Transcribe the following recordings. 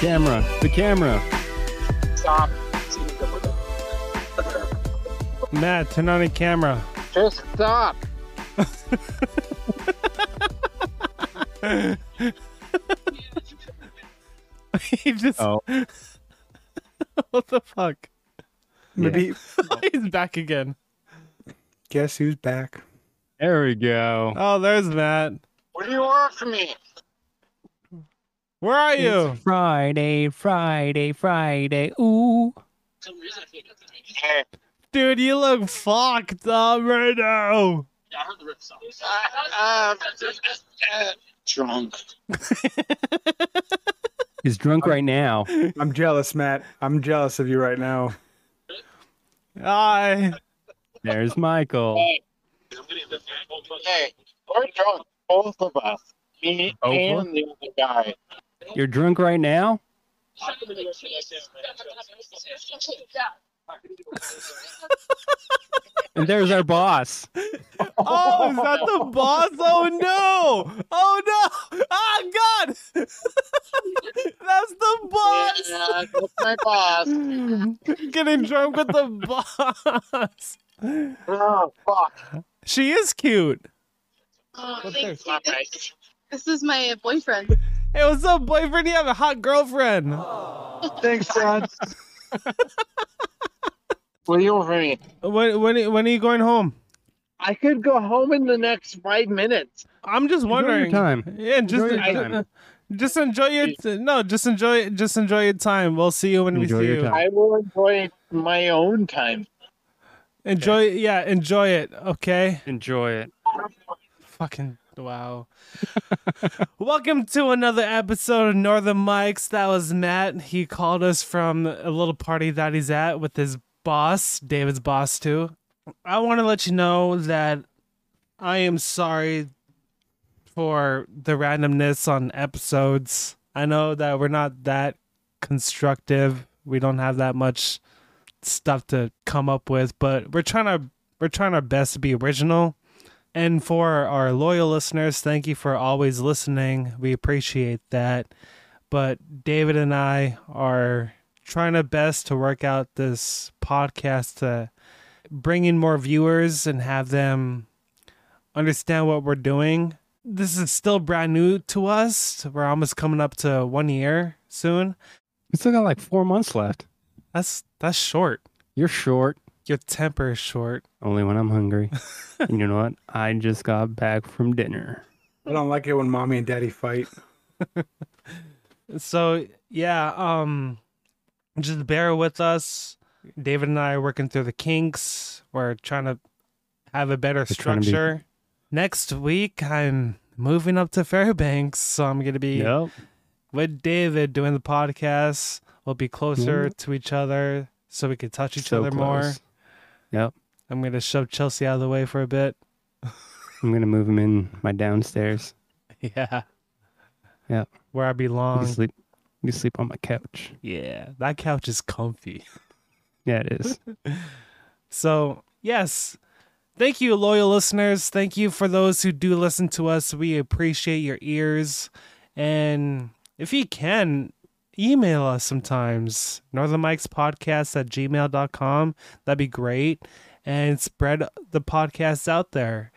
the camera. Stop. Matt, turn on the camera. Just stop. he just Oh, what the fuck? Maybe He's back again. guess who's back? there we go. Oh, there's Matt. What do you want from me? Where are you? It's Friday, Friday, Friday. Ooh. Hey, Dude, you look fucked up right now. I, I'm uh, drunk. He's drunk right now. I'm jealous, Matt. I'm jealous of you right now. Hi. There's Michael. Hey. Hey, we're drunk, both of us. Me Both of and the other guy. You're drunk right now? And there's our boss. Oh, is that the boss? Oh no! Oh no! Oh god! That's the boss! Yeah, that's my boss. Mm. Getting drunk with the boss. Oh, fuck. She is cute. It's not right. Oh, This is my boyfriend. Hey, what's up, boyfriend? You have a hot girlfriend. Thanks, Dad. what do you want from me? When when are- when are you going home? I could go home in the next five minutes. I'm just Enjoy your wondering. time. Yeah, just Enjoy your just- just enjoy your t- no, just enjoy just enjoy your time. We'll see you when Enjoy we see your you. time. I will enjoy my own time. Enjoy, yeah, enjoy it. Okay. Enjoy it. Fucking wow. Welcome to another episode of Northern Mics. That was Matt. He called us from a little party that he's at with his boss, David's boss too. I want to let you know that I am sorry for the randomness on episodes. I know that we're not that constructive. We don't have that much stuff to come up with, but we're trying to we're trying our best to be original. And for our loyal listeners, thank you for always listening. We appreciate that. But David and I are trying our best to work out this podcast to bring in more viewers and have them understand what we're doing. This is still brand new to us. We're almost coming up to one year soon. We still got like four months left. That's that's short. You're short. Your temper is short. Only when I'm hungry. and you know what? I just got back from dinner. I don't like it when mommy and daddy fight. So yeah, um just bear with us. David and I are working through the kinks. We're trying to have a better trying to be- structure. Next week I'm moving up to Fairbanks, so I'm gonna be Yep. with David doing the podcast. We'll be closer to each other so we can touch each So other more. close. Yep. I'm gonna shove Chelsea out of the way for a bit. I'm gonna move him in my downstairs. Yeah. Yep. Where I You can belong. sleep you can sleep on my couch. Yeah. That couch is comfy. Yeah, it is. So, yes, thank you, loyal listeners. Thank you for those who do listen to us. We appreciate your ears. And if you can, email us sometimes. Podcast at gmail.com. That'd be great. And spread the podcast out there.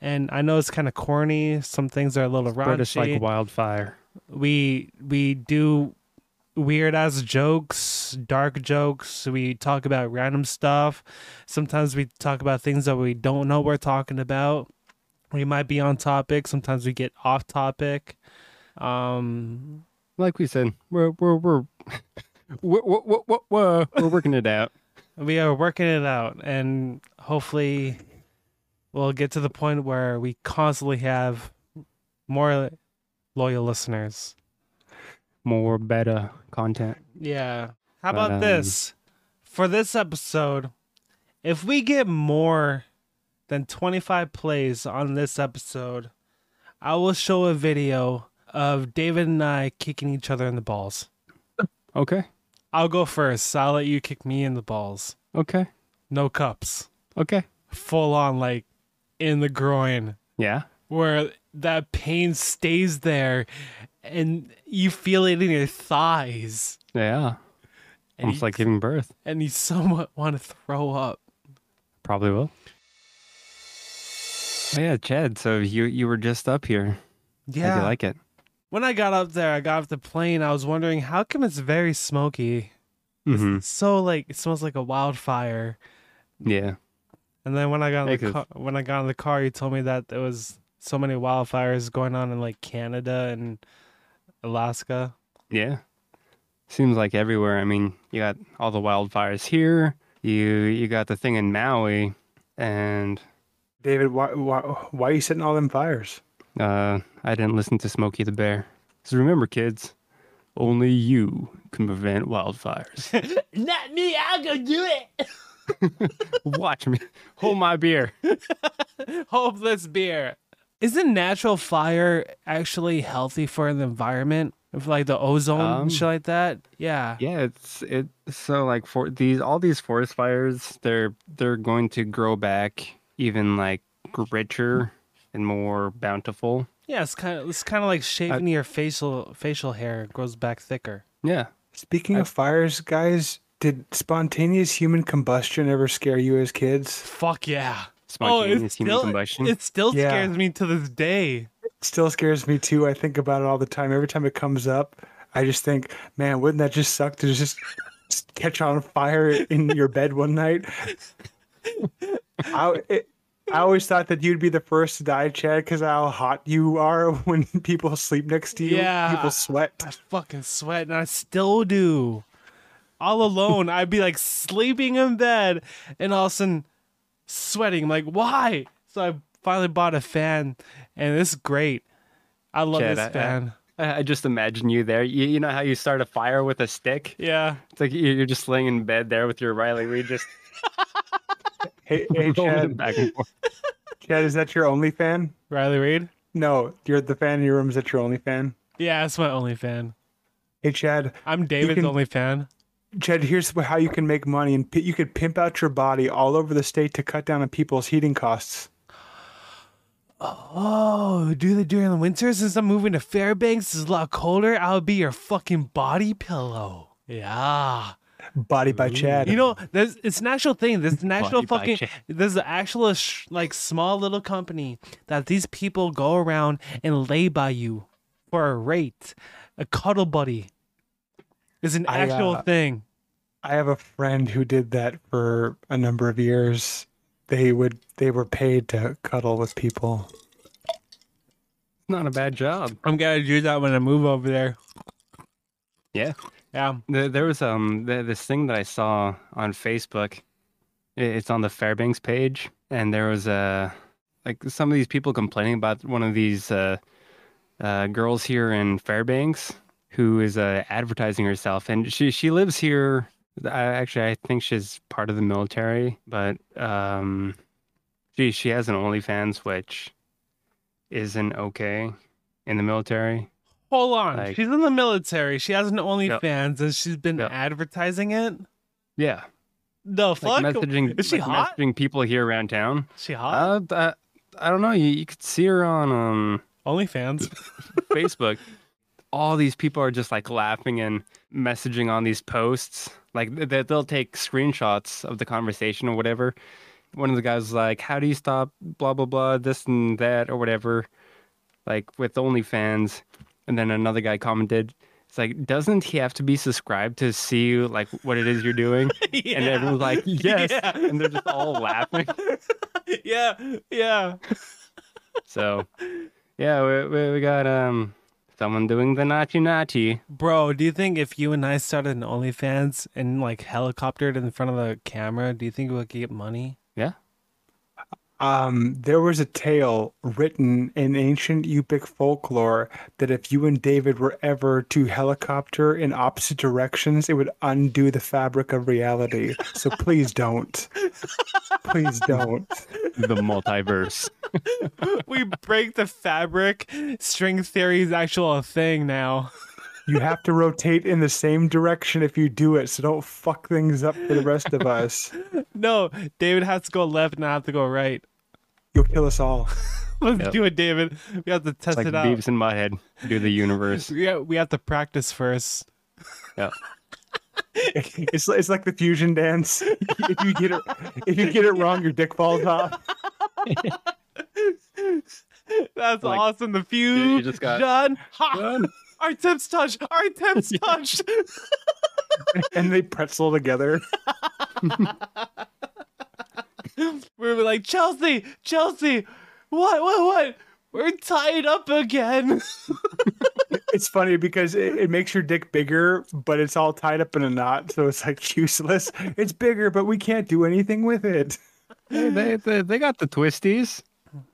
And I know it's kind of corny. Some things are a little Spread raunchy us like wildfire. we we do weird ass jokes, dark jokes. We talk about random stuff. Sometimes we talk about things that we don't know we're talking about. We might be on topic. Sometimes we get off topic. Um, Like we said, we're we're we're we're, we're, we're, we're, we're working it out. we are working it out, and hopefully, we'll get to the point where we constantly have more loyal listeners. More better content. Yeah. But, How about um, this? For this episode, if we get more than 25 plays on this episode, I will show a video of David and I kicking each other in the balls. Okay. I'll go first. I'll let you kick me in the balls. Okay. No cups. Okay. Full on, like in the groin, Yeah. where that pain stays there and you feel it in your thighs Yeah. and, Almost you, like giving birth. and you somewhat want to throw up. Probably will. Oh, yeah, Chad. So you you were just up here. How'd Yeah. you like it? when I got up there, I got off the plane. I was wondering how come it's very smoky. Mm-hmm. So like it smells like a wildfire. Yeah. And then when I got in the Negative. car, when I got in the car, you told me that there was so many wildfires going on in like Canada and Alaska. Yeah. Seems like everywhere. I mean, you got all the wildfires here. You you got the thing in Maui, and David, why, why, why are you setting all them fires? uh, I didn't listen to Smokey the Bear. So remember, kids, only you can prevent wildfires. Not me. I'll go do it. Watch me. Hold my beer. Hopeless beer. Isn't natural fire actually healthy for the environment? If like the ozone Um, and shit like that? Yeah. Yeah, it's it. So like for these, all these forest fires, they're they're going to grow back even like richer and more bountiful. Yeah, it's kind of it's kind of like shaving your facial facial hair it grows back thicker. Yeah. Speaking of fires, guys, did spontaneous human combustion ever scare you as kids? Fuck yeah. Spontaneous human combustion. It Oh, still Mm. Yeah. scares me to this day. Still scares me too. I think about it all the time. Every time it comes up, I just think, man, wouldn't that just suck to just just catch on fire in your bed one night? I, it, I always thought that you'd be the first to die, Chad, because how hot you are when people sleep next to you. Yeah. People sweat. I fucking sweat and I still do. All alone, I'd be like sleeping in bed and all of a sudden sweating. like, why? So I finally bought a fan and it's great. I love Chad, this I- I- fan. I I just imagine you there. You, you know how you start a fire with a stick? yeah. It's like you- you're just laying in bed there with your Riley Reed just Hey, rolling hey it Chad, back and forth. Chad, is that your only fan? Riley Reed? No, you're the fan in your room. Is that your only fan? Yeah, that's my only fan. Hey, Chad, I'm David's can- only fan. Jed, here's wh- how you can make money, and pi- you could pimp out your body all over the state to cut down on people's heating costs. Oh, do they during the winter? Since I'm moving to Fairbanks, it's a lot colder. I'll be your fucking body pillow. Yeah. Body by Chad. You know, there's it's an actual thing. There's an actual Body by fucking Chad. there's an actual sh- like small little company that these people go around and lay by you for a rate, a cuddle buddy. Is an I, actual uh, thing. I have a friend who did that for a number of years. They would they were paid to cuddle with people. Not a bad job. I'm gonna do that when I move over there. Yeah. Yeah. There, there was um th- this thing that I saw on Facebook. I- It's on the Fairbanks page, and there was uh, like some of these people complaining about one of these uh, uh, girls here in Fairbanks who is uh, advertising herself, and she she lives here. I, actually, I think she's part of the military, but um, she she has an OnlyFans, which isn't okay in the military. Hold on. Like- she's in the military. She has an OnlyFans and she's been Yep. advertising it. Yeah, The like fuck? messaging Is she like hot? messaging people here around town. she hot? Uh, I, I don't know. You, you could see her on um, OnlyFans. Facebook. All these people are just like laughing and messaging on these posts. Like th- th- they'll take screenshots of the conversation or whatever. One of the guys was like, "How do you stop blah blah blah this and that or whatever?" Like with OnlyFans, and then another guy commented, "It's like doesn't he have to be subscribed to see like what it is you're doing?" yeah. And everyone's like, "Yes," Yeah. and they're just all laughing. yeah. Yeah. So, yeah, we, we, we got um someone doing the nachi nachi. Bro, do you think if you and I started an OnlyFans and like helicoptered in front of the camera, do you think we would get money? Um, there was a tale written in ancient Yupik folklore that if you and David were ever to helicopter in opposite directions, it would undo the fabric of reality. So please don't. Please don't. The multiverse. we break the fabric. String theory is actual a thing now. You have to rotate in the same direction if you do it, so don't fuck things up for the rest of us. No, David has to go left and I have to go right. You'll kill us all. Let's Yep. do it, David. We have to It's test like it out. Beavis and Butthead do the universe. Yeah, we have to practice first. It's it's like the fusion dance. If you get it, if you get it wrong, your dick falls off. That's Like, awesome. The few just got- done. Ha! Our tips touched. Our tips touched. and they pretzel together. we were like, Chelsea, Chelsea, what, what, what? We're tied up again. It's funny because it, it makes your dick bigger, but it's all tied up in a knot, so it's like useless. It's bigger, but we can't do anything with it. Hey, they, they they got the twisties,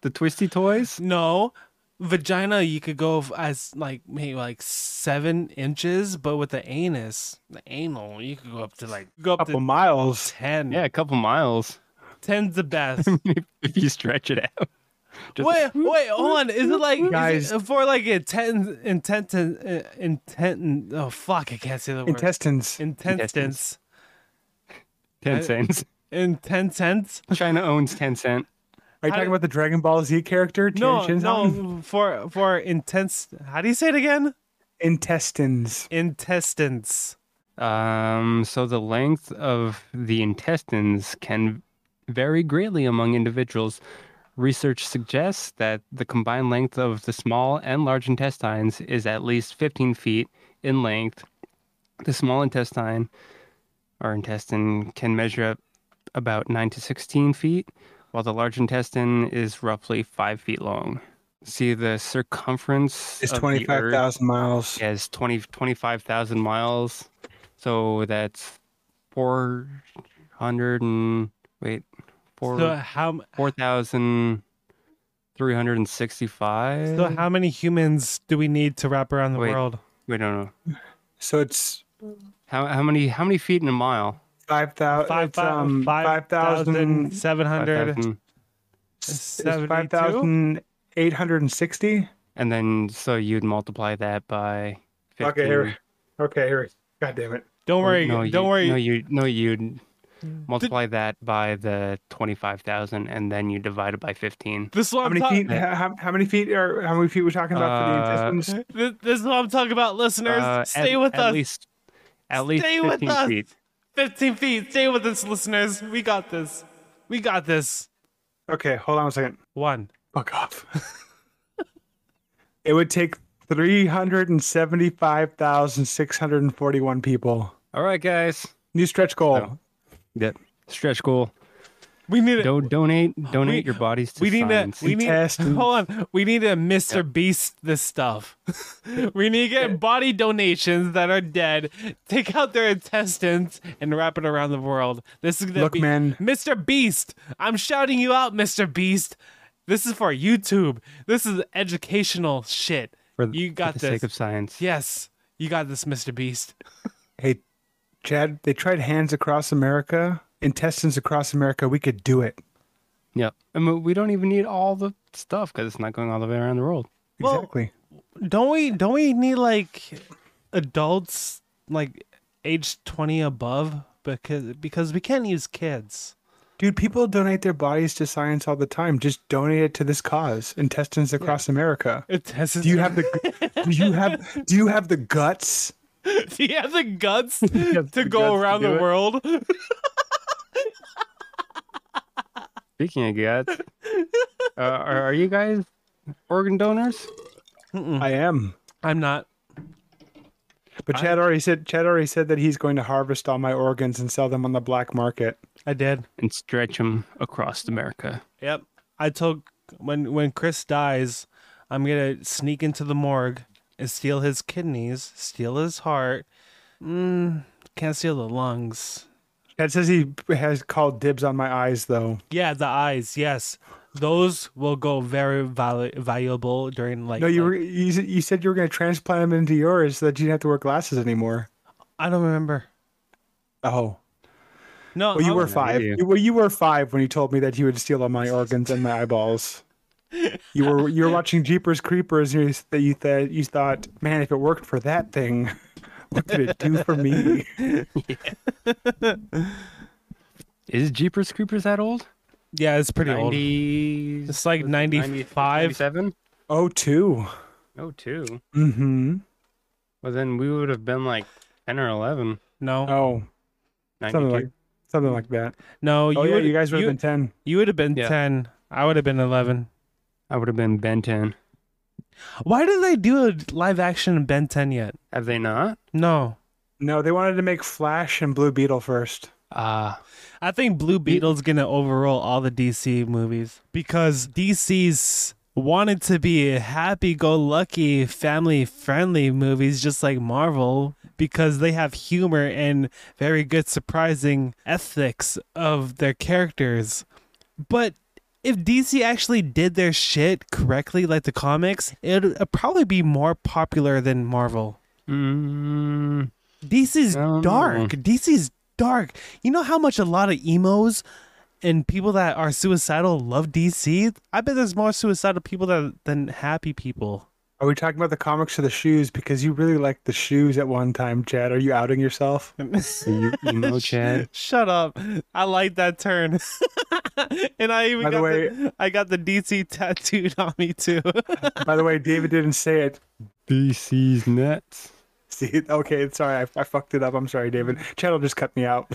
the twisty toys. No, vagina. You could go f- as like maybe like seven inches, but with the anus, the anal, you could go up to like go up Couple to miles. ten. Yeah, a couple miles ten's the best. if if you stretch it out. Just- wait, wait, hold on. Is it like is Guys. it for like intent, intent, uh, intent? and- Oh fuck, I can't say the word. Intestines. Intestines. Ten cents. Intestines. China owns ten cent. Are you talking about the Dragon Ball Z character? No, Tian Shin Song? no. For for intense. How do you say it again? Intestines. Intestines. Um, so the length of the intestines can vary greatly among individuals. Research suggests that the combined length of the small and large intestines is at least 15 feet in length. The small intestine or intestine can measure up about 9 to 16 feet, while the large intestine is roughly 5 feet long. See, the circumference It's of the twenty five earth- thousand miles. yeah, it's 20, 25,000 miles. So that's 400 and wait, four- So uh, how 4,365. so how many humans do we need to wrap around the Eh. Wait. world? wait, no, no. So it's How, how many how many feet in a mile? five um, thousand. Five Five thousand thousand. five thousand seven hundred. 5,000. Five thousand eight hundred and sixty. And then so you'd multiply that by 15. Okay, here. Okay, here. God damn it. Don't Or worry, no, don't you, worry. Mm. No, you no you'd multiply that by the 25,000 and then you divide it by 15. This is what How I'm many ta- feet? How, how many feet are? How many feet we're talking about for Uh, the intestines? This, this is what I'm talking about, listeners. Uh, at- stay with at us. Least, at least Stay with 15 us. feet. 15 feet. Stay with us, listeners. We got this. We got this. Okay, hold on a second. One. Fuck off. it would take three hundred and seventy-five thousand six hundred and forty-one people. All right, guys. New stretch goal. No. Yep. Stretch goal. We need to. Don't donate. Donate We- your bodies to We need to. science. We need. Test and- Hold on. We need to Mr. Beast this stuff. we need to get body donations that are dead. Take out their intestines and wrap it around the world. This is gonna Look, be man. Mr. Beast. I'm shouting you out, Mr. Beast. This is for YouTube. This is educational shit. for the, you got for the this. sake of science. Yes, you got this, Mr. Beast. Hey, Chad. They tried hands across America, intestines across America. We could do it. Yep. I mean, we don't even need all the stuff because it's not going all the way around the world. Well- Exactly. Don't we? Don't we need like adults like age twenty above because because we can't use kids. Dude, people donate their bodies to science all the time. Just donate it to this cause, intestines across America. Do you have the do you have do you have the guts? Do you have the guts to go guts to around do the it? world? Speaking of God, uh, are, are you guys organ donors? I am. I'm not. But Chad already said Chad already said that he's going to harvest all my organs and sell them on the black market. I did. And stretch them across America. Yep. I told when when Chris dies, I'm gonna sneak into the morgue and steal his kidneys, steal his heart. Mm, can't steal the lungs. Chad says he has called dibs on my eyes though. Yeah, the eyes. Yes, those will go very val- valuable during like. No, you like- were, you said- you said you were going to transplant them into yours so that you didn't have to wear glasses anymore. I don't remember. Oh. No, Well, you I'm- were five. you. You- well, you were five when you told me that you would steal all my organs and my eyeballs. You were you were watching Jeepers Creepers and you, s- that you that you thought, man, if it worked for that thing, what did it do for me? Is Jeepers Creepers that old? Yeah, it's pretty old. 90, It's like 95. 97? Oh, two. Oh, two. Mm-hmm. Well, then we would have been like 10 or 11. No, Oh, something like something like that. no, you oh, yeah, would, you guys would you, have been ten. you would have been Yeah. 10. I would have been 11. I would have been Ben 10. Why did they do a live action Ben 10 yet? Have they not? No. No, they wanted to make Flash and Blue Beetle first. Uh, Ah, I think Blue Beetle's gonna overrule all the DC movies because DC's wanted to be happy-go-lucky, family-friendly movies, just like Marvel, because they have humor and very good, surprising ethics of their characters. But if DC actually did their shit correctly, like the comics, it'd uh, probably be more popular than Marvel. mm, DC's I don't dark. DC's dark. You know how much a lot of emos and people that are suicidal love DC? I bet there's more suicidal people that, than happy people. Are we talking about the comics or the shoes? Because you really liked the shoes at one time, Chad. Are you outing yourself? you emo Oh, Chad. Shut up. I like that turn. and I even By the got the, I got the DC tattooed on me too. By the way, David didn't say it. DC's nuts. See, okay, sorry, I, I fucked it up. I'm sorry, David. Chad will just cut me out.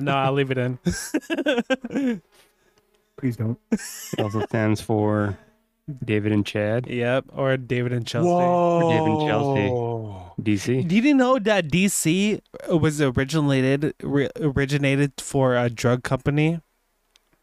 no, I'll leave it in. Please don't. It also stands for David and Chad. yep, or David and Chelsea. Whoa. David and Chelsea. DC. Did you know that DC was originated ri- originated for a drug company?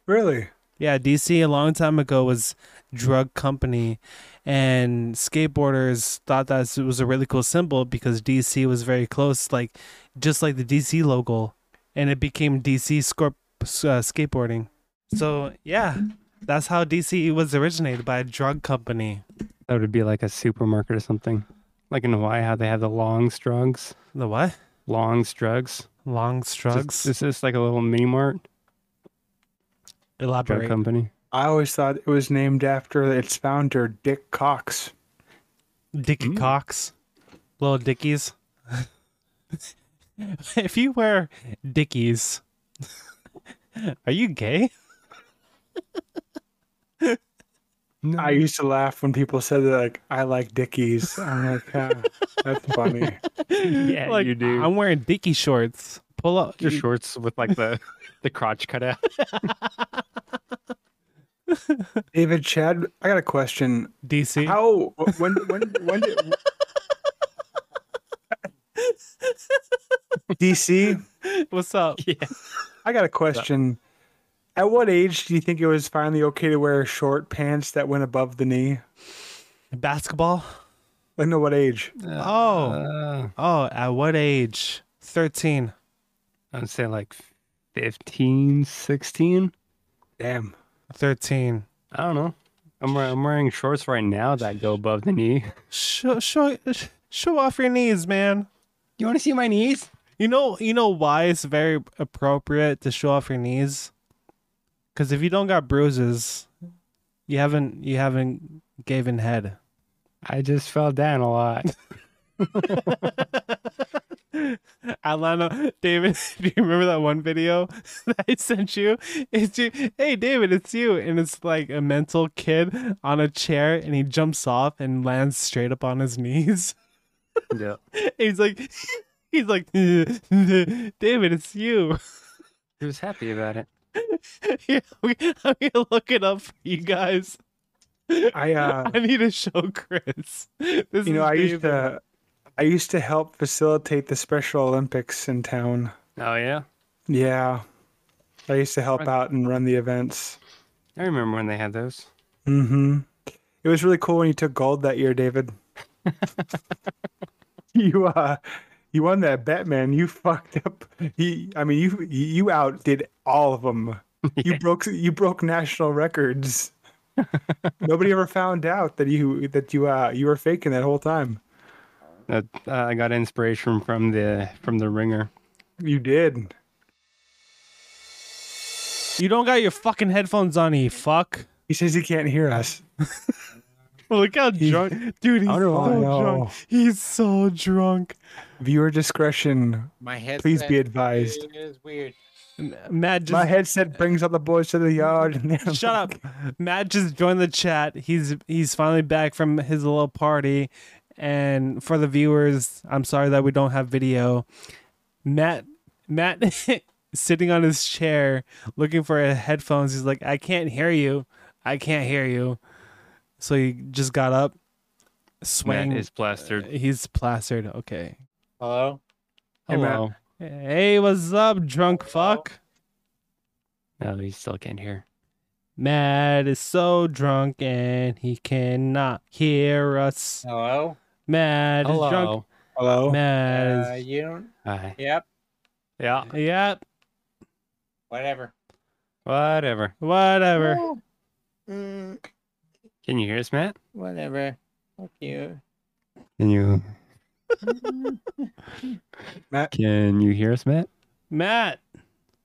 Really? Yeah, DC a long time ago was drug company, and skateboarders thought that it was a really cool symbol because DC was very close, like just like the DC logo, and it became DC scorp- uh, skateboarding. So yeah, that's how DC was originated by a drug company. That would be like a supermarket or something. Like in Hawaii, how they have the long drugs. The what? Long drugs. Long Drugs. drugs. Is this like a little mini mart? Drug Elaborate. company. I always thought it was named after its founder, Dick Cox. Dickie Mm. Cox, little Dickies. if you wear Dickies, are you gay? No. I used to laugh when people said that, like, I like Dickies. I'm like, huh, that's funny. yeah, Like, you do. I'm wearing Dickie shorts. Pull up. Your shorts with like the the crotch cut out. David, Chad, I got a question. DC. How? When? When? When? Did... DC, What's up? I got a question. At what age do you think it was finally okay to wear short pants that went above the knee? Basketball? Like, no, what age? Oh. Uh, Oh, at what age? 13. I'd say like 15, 16. Damn. 13. I don't know. I'm, wear- I'm wearing shorts right now that go above the knee. Show, show, show off your knees, man. You want to see my knees? You know, you know why it's very appropriate to show off your knees. Because if you don't got bruises, you haven't you haven't given head. I just fell down a lot. Alana, David, do you remember that one video that I sent you? It's you, hey David, it's you, and it's like a mental kid on a chair, and he jumps off and lands straight up on his knees. yeah. And he's like, he's like, David, it's you. He was happy about it. Here, I'm gonna look it up for you guys. I uh, I need to show Chris. This you know, is I used David. to, I used to help facilitate the Special Olympics in town. Oh, yeah. Yeah, I used to help out and run the events. I remember when they had those. Mm-hmm. It was really cool when you took gold that year, David. you uh, you won that bet, man. You fucked up. He, I mean, you you outdid all of them. You broke you broke national records. Nobody ever found out that you that you uh you were faking that whole time. That, uh, I got inspiration from the from the ringer. You did. You don't got your fucking headphones on, you fuck. He says he can't hear us. Look how drunk, dude. He's I so don't know. drunk. He's so drunk. Viewer discretion, My head. please be advised. It is weird. Matt just My headset brings all the boys to the yard. And they're Shut up. Matt just joined the chat. He's he's finally back from his little party. And for the viewers, I'm sorry that we don't have video. Matt Matt sitting on his chair looking for a headphones. He's like, I can't hear you. I can't hear you. So he just got up, swang. Matt is plastered. He's plastered. Okay. Hello? Hey, Matt. Hello. Hey, what's up, drunk fuck? No, Oh, he still can't hear. Matt is so drunk and he cannot hear us. Hello? Matt is drunk. Hello. Hello. Uh, Matt is... you don't. Hi. Yep. Yeah. Yep, Whatever. Whatever. whatever. Mm, Can you hear us, Matt? whatever. Fuck you. Can you? Matt? Can you hear us, Matt? Matt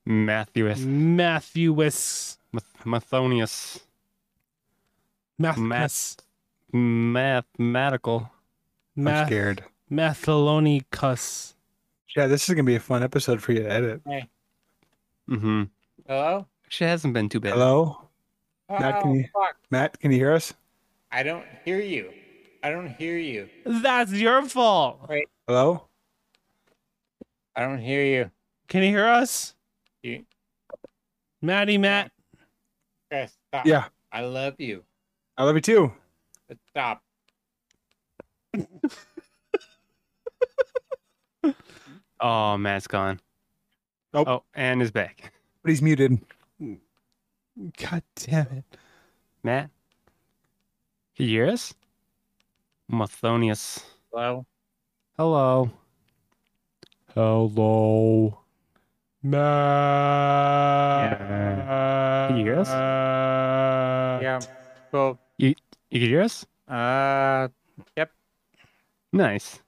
Matthewis. Matthew Wis Math- Mathonius. Math Matt. Mathematical. I'm Math scared. Mathaloni cuss. Yeah, this is gonna be a fun episode for you to edit. Mm-hmm. Hello? Actually, it hasn't been too bad. Hello, Oh, Matt, can you- fuck. Matt. Can you hear us? I don't hear you. I don't hear you. That's your fault. Hello. I don't hear you. Can you hear us? You- Matty Matt. Chris, stop. Yeah, I love you. I love you too. But stop. Oh, Matt's gone. Nope. Oh, and is back. But he's muted. God damn it. Matt? Can you hear us? Mathonius. Hello? Hello. Hello. Matt. Can you hear us? Yeah. Cool. You can hear us? Uh, Nice.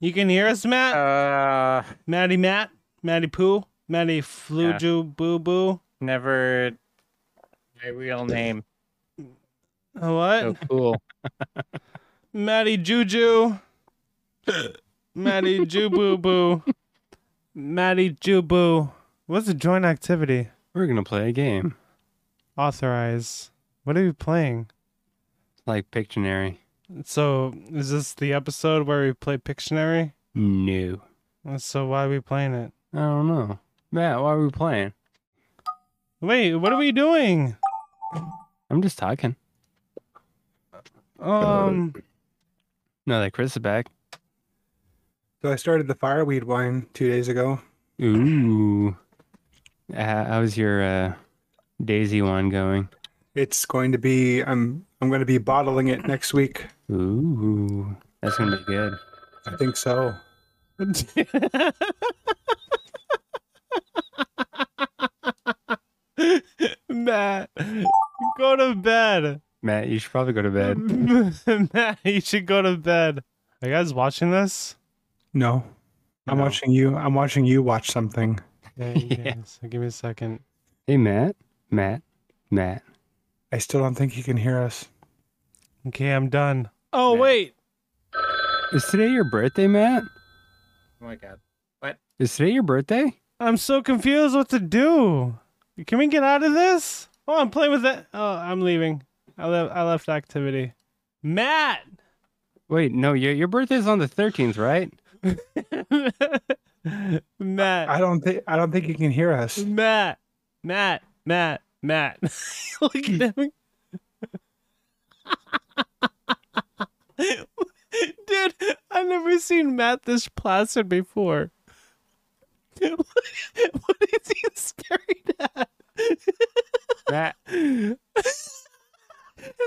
You can hear us, Matt? uh, Matty Matt, Matty Poo, Matty Fluju Boo Boo. never my real name. Uh, What? So cool. Matty Juju. Matty Ju Boo Boo. Matty Ju Boo. What's a joint activity? We're gonna play a game. Authorize. What are you playing? Like Pictionary. So, is this the episode where we play Pictionary? No. So, why are we playing it? I don't know. Matt, why are we playing? Wait, what are we doing? I'm just talking. Um, No, that Chris is back. So I started the fireweed wine two days ago. Ooh. Uh, how's your uh, Daisy one going? It's going to be. I'm. I'm going to be bottling it next week. Ooh. That's gonna be good. I think so. Matt, go to bed. Matt, you should probably go to bed. Matt, you should go to bed. Are you guys watching this? No, I'm No. watching you. I'm watching you watch something. Yeah. So give me a second. Hey, Matt. Matt. Matt. I still don't think he can hear us. Okay, I'm done. Oh Matt. wait, Is today your birthday, Matt? Oh my god. Is today your birthday? I'm so confused what to do. Can we get out of this? Oh, I'm playing with that. Oh, I'm leaving. I left. I left activity. Matt. Wait, no, your your birthday's on the 13th, right? Matt. I don't think. I don't think he can hear us. Matt, Matt, Matt, Matt. Look at him. Dude, I've never seen Matt this plastered before. what is he staring at? Matt,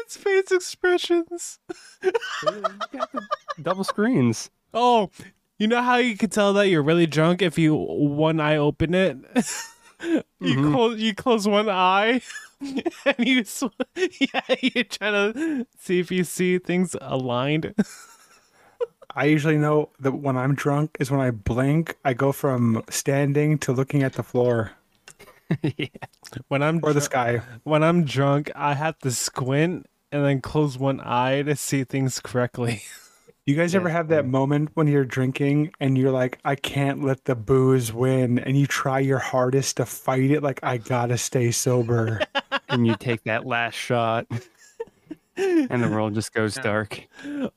His face expressions. you got the double screens. Oh, you know how you could tell that you're really drunk if you one eye open it. you Mm-hmm. Mhm. close you close one eye, and you sw- yeah you try to see if you see things aligned. I usually know that when I'm drunk is when I blink. I go from standing to looking at the floor When I'm or the dr- sky. when I'm drunk, I have to squint and then close one eye to see things correctly. You guys Yeah, ever it's have that funny. moment when you're drinking and you're like, I can't let the booze win, and you try your hardest to fight it, like I gotta stay sober. and you take that last shot, and the world just goes dark.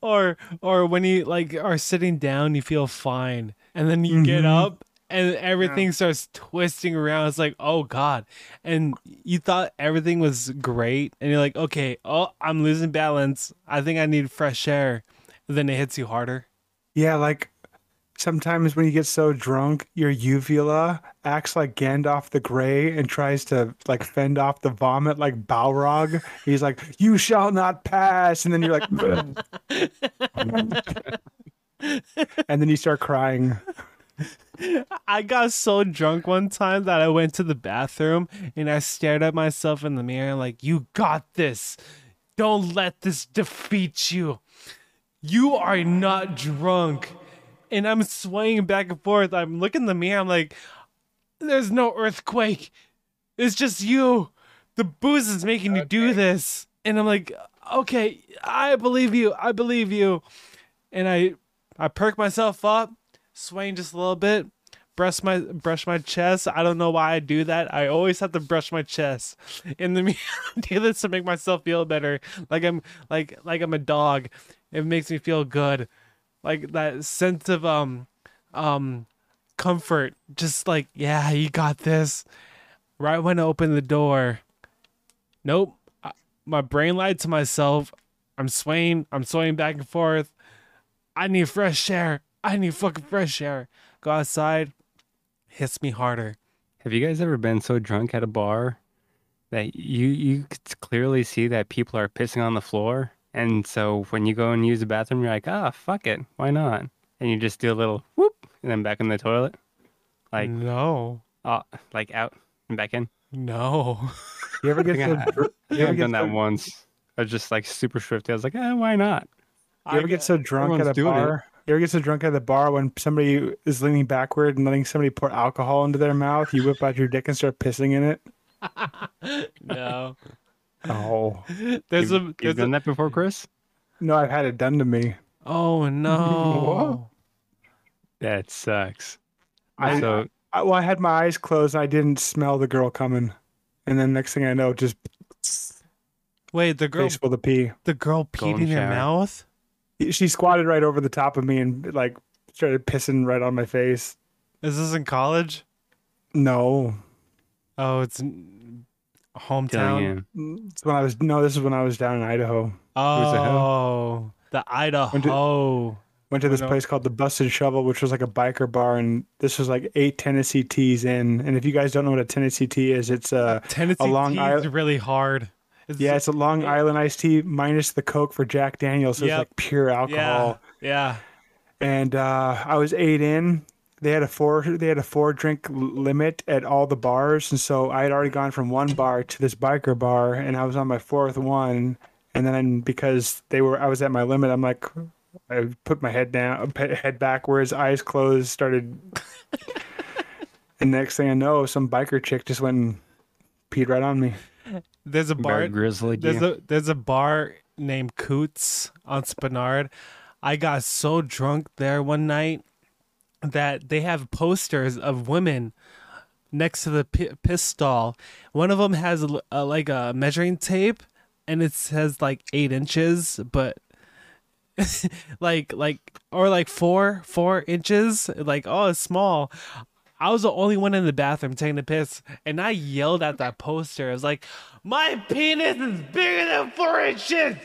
or or when you like are sitting down you feel fine and then you get Mhm. up and everything starts twisting around it's like oh god and you thought everything was great and you're like okay oh i'm losing balance i think i need fresh air and then it hits you harder Yeah, like sometimes when you get so drunk, your uvula acts like Gandalf the Grey and tries to like fend off the vomit like Balrog. He's like, "You shall not pass," and then you're like, and then you start crying. i got so drunk one time that i went to the bathroom and i stared at myself in the mirror like you got this don't let this defeat you you are not drunk. And I'm swaying back and forth. I'm looking in the mirror. I'm like, there's no earthquake. It's just you. The booze is making you do this. And I'm like, okay, I believe you. I believe you. And I, I perk myself up, swaying just a little bit, brush my brush my chest. I don't know why I do that. I always have to brush my chest in the mirror. do this to make myself feel better. Like I'm like like I'm a dog it makes me feel good like that sense of um um comfort just like yeah you got this right when i open the door nope I, my brain lied to myself i'm swaying i'm swaying back and forth i need fresh air i need fucking fresh air go outside hits me harder Have you guys ever been so drunk at a bar that you you could clearly see that people are pissing on the floor, and so when you go and use the bathroom, you're like, ah, fuck it, why not? And you just do a little whoop, and then back in the toilet, Like- no uh, like out and back in. no You ever I get think so I- dr- I you think ever I've get done that so- once. I was just like super swifty. I was like, eh, why not? You ever get so drunk at everyone's a doing it. bar? You ever get so drunk at the bar when somebody is leaning backward and letting somebody pour alcohol into their mouth? You whip out your dick and start pissing in it. no Oh there's you've, a you've there's done a, that before, Chris? no, I've had it done to me. oh no That sucks. I- so I, well, I had my eyes closed and I didn't smell the girl coming. And then next thing I know, just wait the girl face full of pee. The girl peed Golden in your shower. mouth? She squatted right over the top of me and like started pissing right on my face. Is this in college? No, Oh, it's in telling hometown. you. it's when I was no. This is when I was down in Idaho. a hoe. Oh, the Idaho. Went to this no. place called the Busted Shovel, which was like a biker bar, and this was like eight Tennessee teas in. And if you guys don't know what a Tennessee tea is, it's a Tennessee A Long tea is Isl- really hard. It's, yeah, it's a Long it- Island iced tea minus the Coke for Jack Daniels, so Yep. it's like pure alcohol. yeah, yeah. and uh, I was eight in. They had a four. They had a four drink l- limit at all the bars, and so I had already gone from one bar to this biker bar, and I was on my fourth one. And then because they were, I was at my limit. I'm like, I put my head down, pe- head backwards, eyes closed, started. and next thing I know, some biker chick just went and peed right on me. There's a Bar bar. grizzly. There's a there's a bar named Coots on Spinard. I got so drunk there one night that they have posters of women next to the pi piss stall. One of them has a, l- a- like a measuring tape, and it says like eight inches, but like like or like four four inches. Like oh, it's small. I was the only one in the bathroom taking a piss, and I yelled at that poster. I was like, "My penis is bigger than four inches,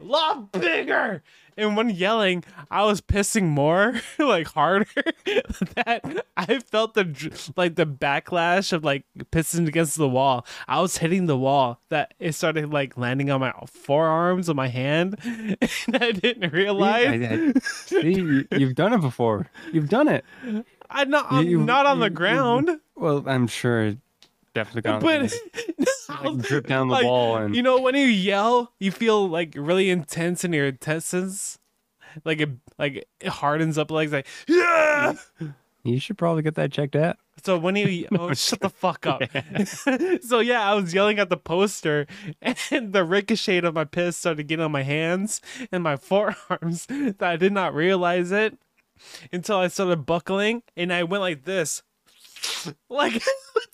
a lot bigger!" And when yelling, I was pissing more, like harder. that I felt the dr- like the backlash of like pissing against the wall. I was hitting the wall that it started like landing on my forearms on my hand, and I didn't realize. I- I- See, you- you've done it before. You've done it. I'm not. I'm You- not on the you- you- ground. Well, I'm sure it definitely got but like, drip down the wall and you know when you yell you feel like really intense in your intestines like it like it hardens up legs like yeah you should probably get that checked out. so when he oh shut the fuck up. so yeah, I was yelling at the poster, and the ricochet of my piss started getting on my hands and my forearms. That I did not realize it until I started buckling, and I went like this, like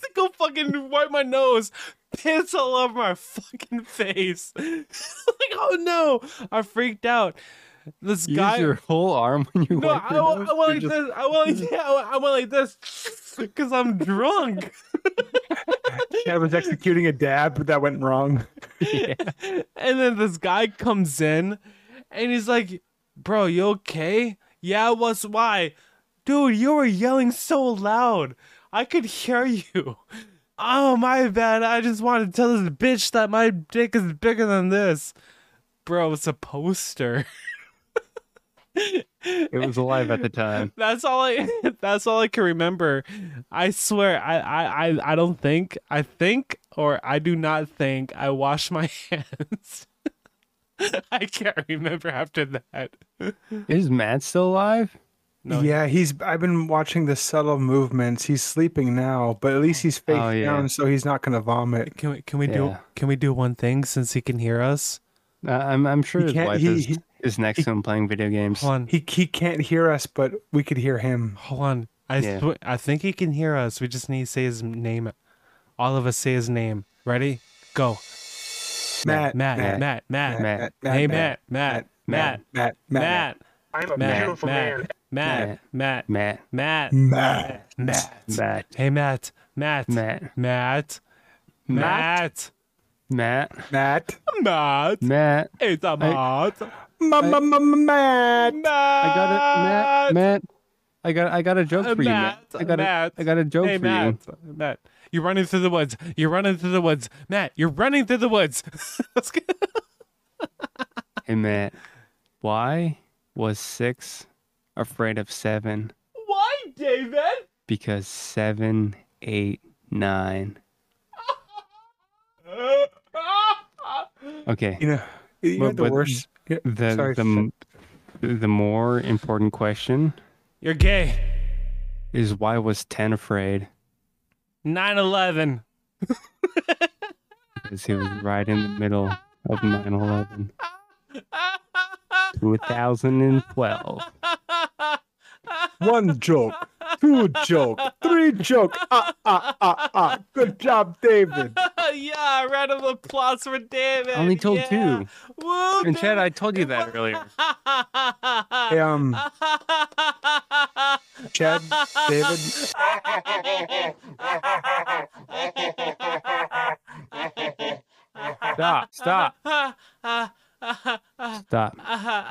to go fucking wipe my nose. Piss all over my fucking face. like, oh no! I freaked out. This Use guy your whole arm when you no, wipe I, your wa- nose. I went like You're just- this. I went like, yeah, I went- I went like this because I'm drunk. I was executing a dab, but that went wrong. and then this guy comes in and he's like, Bro, you okay? Yeah, what's why? Dude, you were yelling so loud. I could hear you. Oh, my bad. I just wanted to tell this bitch that my dick is bigger than this. Bro, it's a poster. It was alive at the time. That's all I. That's all I can remember. I swear, I, I, I, I don't think. I think, or I do not think. I wash my hands. I can't remember after that. Is Matt still alive? No. yeah, he's. I've been watching the subtle movements. He's sleeping now, but at least he's face Oh, yeah. down, so he's not gonna vomit. Can we? Can we do? Yeah. Can we do one thing since he can hear us? Uh, I'm I'm sure He his can't- wife he- is, he- is next to him playing video games. Hold on. He he can't hear us, but we could hear him. Hold on. I Yeah. sw- I think he can hear us. We just need to say his name. All of us say his name. Ready? Go. Matt, Matt. Matt. Matt, Matt. Matt. Matt. Hey, Matt. Matt. Matt. Matt, Matt. I'm a Matt. beautiful man. Matt. Matt. Matt. Matt. Matt. Matt. Matt. Matt. Hey, Matt. Matt. Matt. Matt. Matt. Matt? Matt. Matt, Matt. Matt. It's a Matt. Ma- ma- ma- ma- Matt. I got it. Matt. Matt. I got I got a joke Uh, for you, Matt. Matt, I got Matt. a, I got a joke Hey, for Matt. you. Matt. You're running through the woods. You're running through the woods. Matt, you're running through the woods. Let's go. Hey Matt. Why was six afraid of seven? Why, David? Because seven, eight, nine. Okay. You know, you know But- the but- worst. yeah, the Sorry, the m- the more important question You're gay. is why was 10 afraid 9 11. because he was right in the middle of 9-11 2012 One joke, two joke, three joke. Ah ah ah ah. Good job, David. yeah, round of applause for David. i only told yeah. two Woo, and chad David. i told you that earlier Hey, um, Chad, David. stop stop stop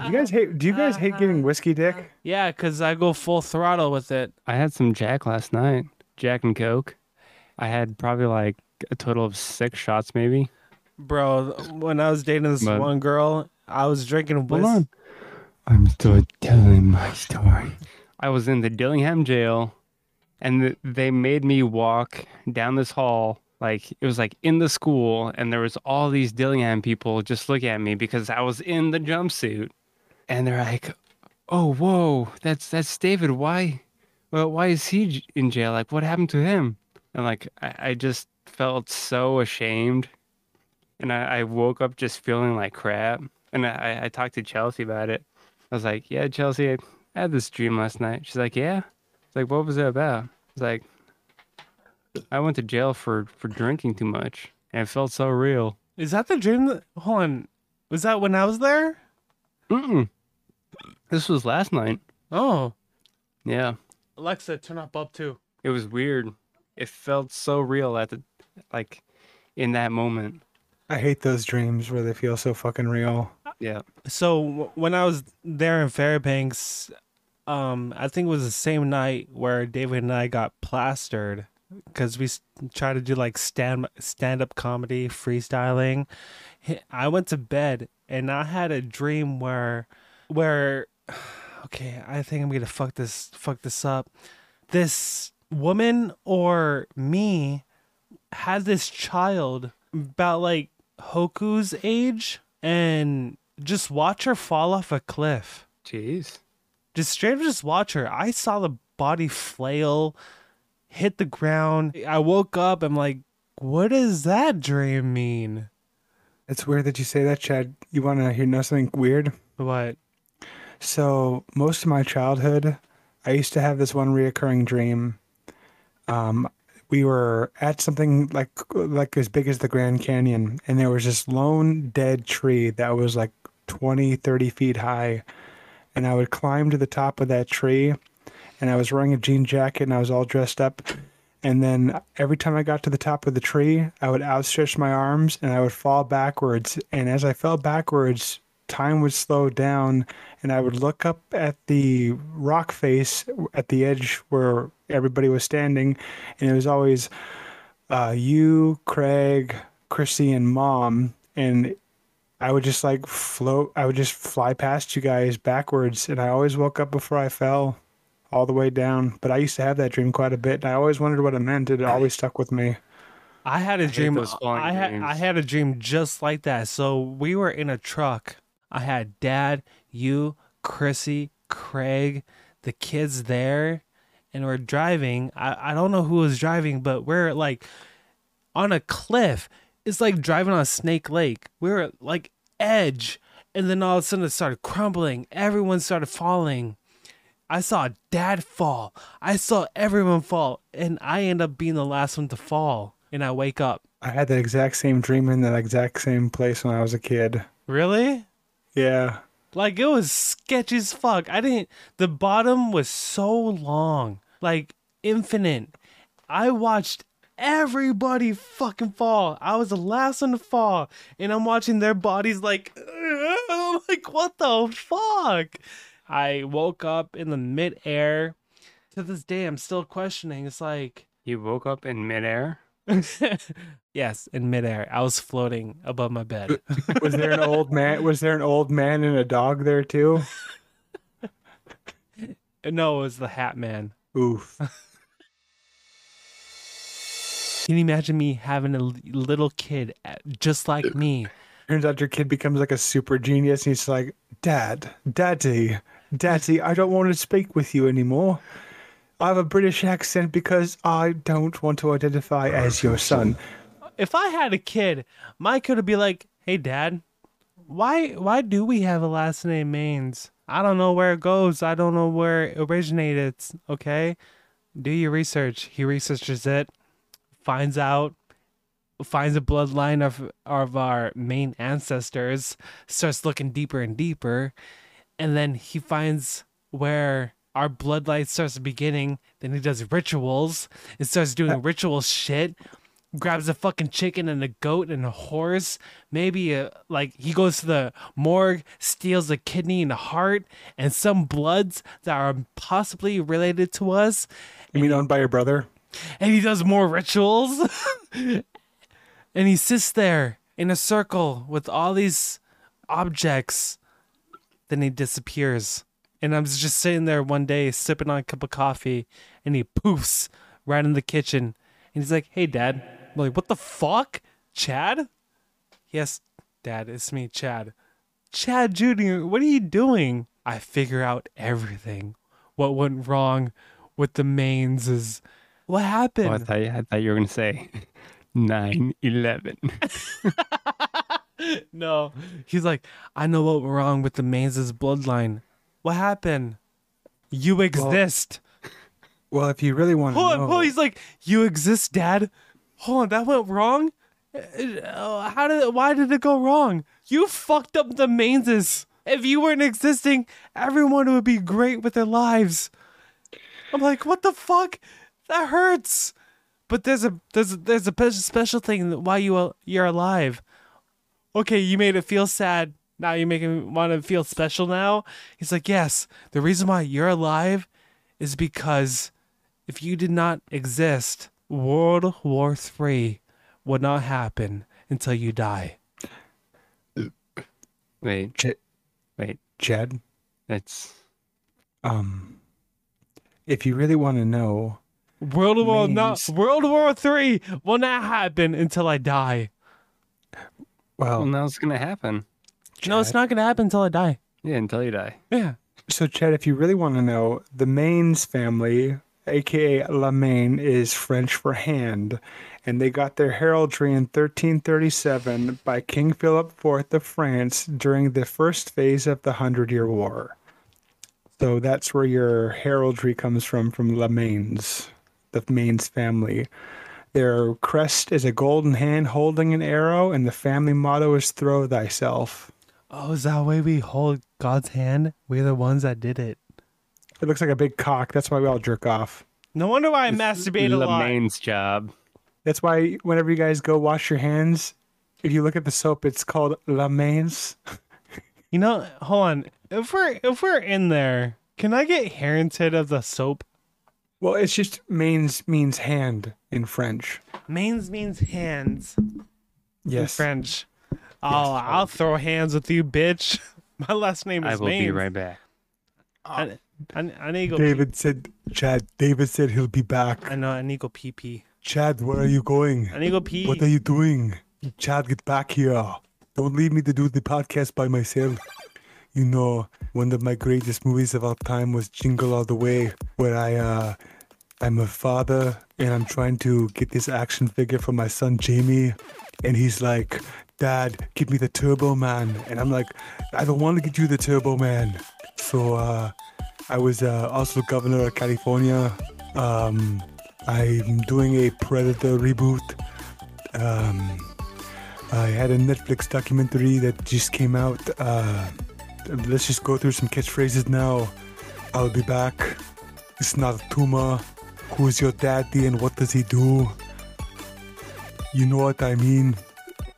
You guys hate? Do you guys hate getting whiskey dick? yeah, because I go full throttle with it. i had some jack last night jack and coke i had probably like a total of six shots maybe Bro, when I was dating this But- one girl, I was drinking whiskey. Hold on. I'm still telling my story. I was in the Dillingham jail and th- they made me walk down this hall. Like it was like in the school and there was all these Dillingham people just looking at me because I was in the jumpsuit. And they're like, "Oh, whoa. That's that's David. Why well, why is he j- in jail? Like what happened to him?" And like I, I just felt so ashamed and I, I woke up just feeling like crap. And I, I talked to Chelsea about it. I was like, "Yeah, Chelsea, I had this dream last night." She's like, "Yeah." It's like, "What was it about?" It's like, "I went to jail for for drinking too much, and it felt so real." Is that the dream? That, hold on. Was that when I was there? Mm-mm. This was last night. Oh. Yeah, Alexa, turn up up too. it was weird. It felt so real at the, like, in that moment. I hate those dreams where they feel so fucking real. Yeah. so w- when I was there in Fairbanks, um, I think it was the same night where David and I got plastered because we s- tried to do like stand stand up comedy, freestyling. H- I went to bed and I had a dream where, where, okay, I think I'm gonna fuck this fuck this up. This woman or me had this child about like Hoku's age and just watch her fall off a cliff. Jeez. Just straight up just watch her. I saw the body flail hit the ground. I woke up. I'm like, what does that dream mean? It's weird that you say that, Chad. You want to hear know something weird? What? So most of my childhood, I used to have this one reoccurring dream. Um, we were at something like like as big as the Grand Canyon, and there was this lone dead tree that was like 20, 30 feet high. And I would climb to the top of that tree, and I was wearing a jean jacket and I was all dressed up. And then every time I got to the top of the tree, I would outstretch my arms and I would fall backwards. And as I fell backwards, time would slow down and I would look up at the rock face at the edge where everybody was standing. And it was always uh, you, Craig, Chrissy, and mom. And I would just like float, I would just fly past you guys backwards. And I always woke up before I fell all the way down. But I used to have that dream quite a bit, and I always wondered what it meant. It always stuck with me. I had a hate dream. those falling I had dreams. I had a dream just like that. So we were in a truck. I had Dad, you, Chrissy, Craig, the kids there, and we're driving. I I don't know who was driving, but we're like on a cliff. It's like driving on a Snake Lake. We're at, like edge, and then all of a sudden it started crumbling. Everyone started falling. I saw dad fall. I saw everyone fall. And I end up being the last one to fall. And I wake up. I had that exact same dream in that exact same place when I was a kid. Really? Yeah. Like it was sketchy as fuck. I didn't the bottom was so long. Like infinite. I watched everybody fucking fall. I was the last one to fall. And I'm watching their bodies like I'm like, what the fuck? I woke up in the midair. To this day I'm still questioning. It's like You woke up in midair. yes, in midair. I was floating above my bed. Was there an old man? Was there an old man and a dog there too? Uh, no, it was the hat man. Oof. Can you imagine me having a l- little kid at- just like me? Turns out your kid becomes like a super genius, and he's like, "Dad, Daddy, Daddy, I don't want to speak with you anymore. I have a British accent because I don't want to identify as your son." If I had a kid, my kid would be like, "Hey, dad, why why do we have a last name Maines? I don't know where it goes. I don't know where it originated. Okay, do your research. He researches it, finds out." Finds a bloodline of of our main ancestors, starts looking deeper and deeper, and then he finds where our bloodline starts beginning. Then he does rituals and starts doing ritual shit. Grabs a fucking chicken and a goat and a horse. Maybe a, like he goes to the morgue, steals a kidney and a heart and some bloods that are possibly related to us. You mean owned by your brother? And he does more rituals. and he sits there in a circle with all these objects. Then he disappears. And I'm just sitting there one day sipping on a cup of coffee and he poofs right in the kitchen. And he's like, Hey, Dad. I'm like, What the fuck? Chad? Yes, Dad, it's me, Chad. Chad Jr., what are you doing? I figure out everything. What went wrong with the mains is what happened? Oh, I thought I thought you were gonna say nine eleven. no. He's like, I know what went wrong with the Maze's bloodline. What happened? You exist. Well, if you really want to hold know, on, hold on. He's like, you exist, Dad. Hold on, that went wrong. Uh, How did? Why did it go wrong? You fucked up the Maze's. If you weren't existing, everyone would be great with their lives. I'm like, what the fuck? That hurts. But there's a there's a, there's a pe- special thing that why you al- you're alive. Okay, you made it feel sad. Now you make him want to feel special now. He's like, yes. The reason why you're alive is because if you did not exist, World War Three would not happen until you die. Wait, Jed, that's um, if you really want to know, World War not Means- World War Three will not happen until I die. well, well, now it's gonna happen. No, it's Chad. not gonna happen until I die. Yeah, until you die. Yeah. so Chad, if you really want to know, the Maines family aka La Main, is French for hand, and they got their heraldry in 1337 by King Philip IV of France during the first phase of the Hundred Year War. So that's where your heraldry comes from, from La Main's, the Main's family. Their crest is a golden hand holding an arrow, and the family motto is "Throw thyself." Oh, is that way we hold God's hand? We're the ones that did it. It looks like a big cock. That's why we all jerk off. No wonder why I masturbate a lot. Lemaine's job. That's why whenever you guys go wash your hands, if you look at the soap, it's called La Main's. You know, hold on. If we're if we're in there, can I get Harrington of the soap? Well, it's just Main's means hand in French. Mains means hands in Yes. French. Oh, I'll throw hands with you, bitch. My last name I is will Mains. be right back. I, I, I need to go. David said, Chad, David said he'll be pee. I back. know. I need to go pee pee. Chad, where are you going? I need to go pee. What are you doing? Chad, get back here. Don't leave me to do the podcast by myself. You know, one of my greatest movies of all time was Jingle All the Way, where I, uh, I'm a father and I'm trying to get this action figure for my son Jamie. And he's like, Dad, give me the Turbo Man. And I'm like, I don't want to get you the Turbo Man. So, uh, I was uh, also governor of California. Um, I'm doing a Predator reboot um, I had a Netflix documentary that just came out. Uh, let's just go through some catchphrases now. I'll be back. It's not a tumor. Who's your daddy and what does he do? You know what I mean.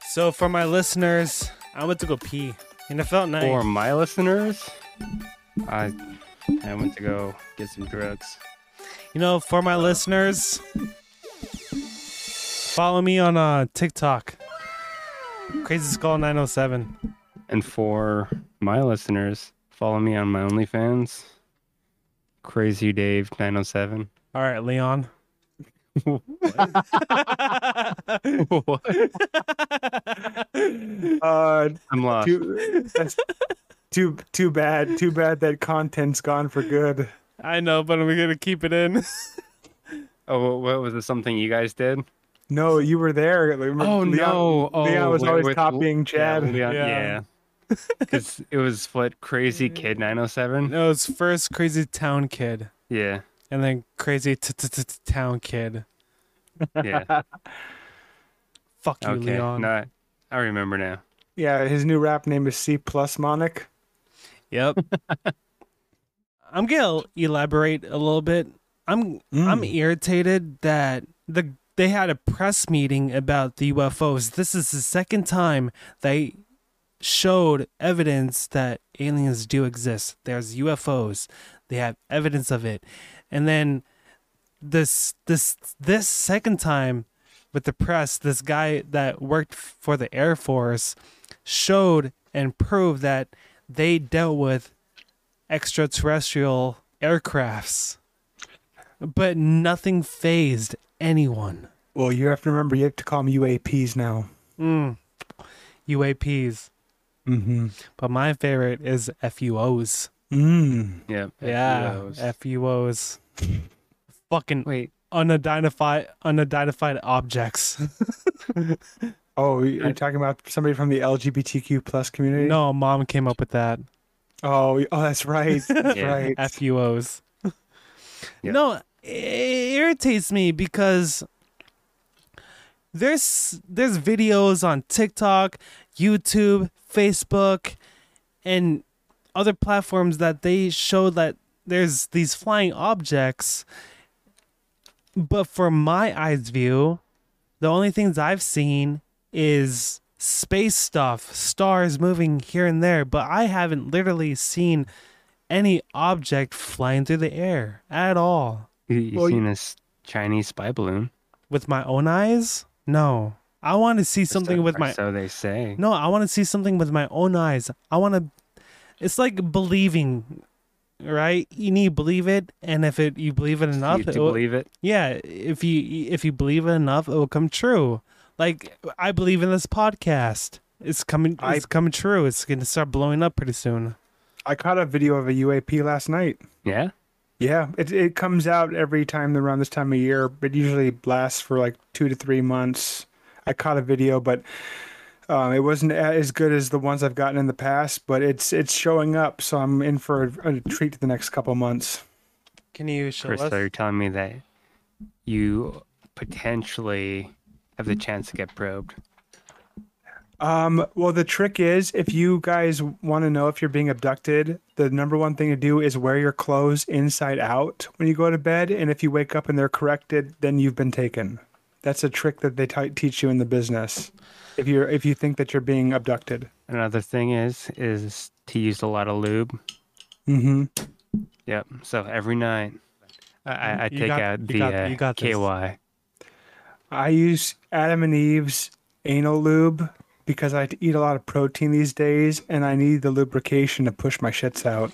so for my listeners, I went to go pee, and it felt nice. For my listeners, I I went to go get some drugs. You know, for my listeners, follow me on uh, TikTok. Crazy Skull 907. And for my listeners, follow me on my OnlyFans. Crazy Dave 907. All right, Leon. Uh, I'm lost. too, that's too too bad. Too bad that content's gone for good. I know, but we're gonna keep it in. Oh, what was it? Something you guys did? No, you were there. Remember, Oh, Oh, Oh, Leon- Leon was with- always with- copying Chad. Yeah, Oh, Leon- Yeah. yeah. Because it was what Crazy Kid 907. No, it's first Crazy Town Kid, Yeah, and then Crazy Town Kid. yeah. Fuck you, okay, Leon. not. I remember now. Yeah, his new rap name is C Plus Monic. Yep. I'm gonna elaborate a little bit. I'm I'm irritated that the they had a press meeting about the UFOs. This is the second time they showed evidence that aliens do exist. There's UFOs. They have evidence of it. And then this this this second time with the press, this guy that worked for the Air Force showed and proved that they dealt with extraterrestrial aircrafts, but nothing phased anyone. Well, you have to remember you have to call them UAPs now. Mm. UAPs. Mm-hmm. But my favorite is FUOs. Mm. Yeah. Yeah. FBOs. FUOs. Fucking Wait. unidentified unidentified objects. Oh, you're talking about somebody from the LGBTQ plus community? no, mom came up with that. Oh, y- oh, that's right. That's Yeah. right. FUOs. Yeah. No, it irritates me because there's there's videos on TikTok, YouTube, Facebook, and other platforms that they show that there's these flying objects. But for my eyes view, the only things I've seen is space stuff, stars moving here and there, but I haven't literally seen any object flying through the air at all You, you Well, seen this Chinese spy balloon? with my own eyes. No, I want to see something So- with or my So they say. no. I want to see something with my own eyes. I want to. It's like believing, right? You need to believe it, and if it you believe it enough, you it do will- believe it? yeah. If you if you believe it enough, it will come true. Like I believe in this podcast. It's coming. I- It's coming true. It's gonna start blowing up pretty soon. I caught a video of a UAP last night. Yeah. Yeah, it it comes out every time around this time of year, but usually lasts for like two to three months. I caught a video, but um, it wasn't a- as good as the ones I've gotten in the past. But it's it's showing up, so I'm in for a, a treat the next couple months. Can you show Chris, us? are you telling me that you potentially have the chance to get probed? Um, well, the trick is if you guys want to know if you're being abducted, the number one thing to do is wear your clothes inside out when you go to bed. And if you wake up and they're corrected, then you've been taken. That's a trick that they t- teach you in the business. If you're if you think that you're being abducted, Another thing is is to use a lot of lube. mm-hmm. Yep. So every night, I, I, I You take got- out you the got- uh, you got this. KY. I use Adam and Eve's anal lube because I eat a lot of protein these days, and I need the lubrication to push my shits out.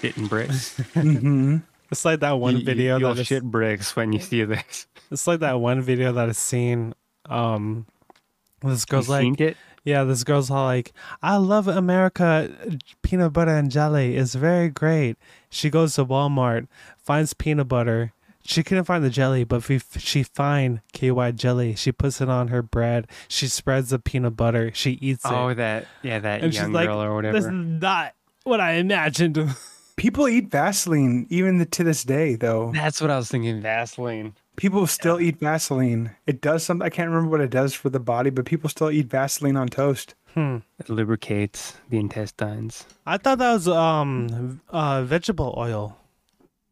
Shit and bricks. Mm-hmm. It's like that one You- you- video you'll that is- shit bricks when you see this. It's like that one video that I've seen. Um, this You girl's like, seen it? yeah, this girl's all like, I love America. Peanut butter and jelly is very great. She goes to Walmart, finds peanut butter. She couldn't find the jelly, but if we- she find KY jelly, she puts it on her bread. She spreads the peanut butter. She eats it. Oh, that yeah, that and she's young like, girl or "This is whatever. not what I imagined." People eat Vaseline even to this day, though. That's what I was thinking. Vaseline. People still eat Vaseline. It does something. I can't remember what it does for the body, but people still eat Vaseline on toast. It lubricates the intestines. I thought that was um v- uh vegetable oil.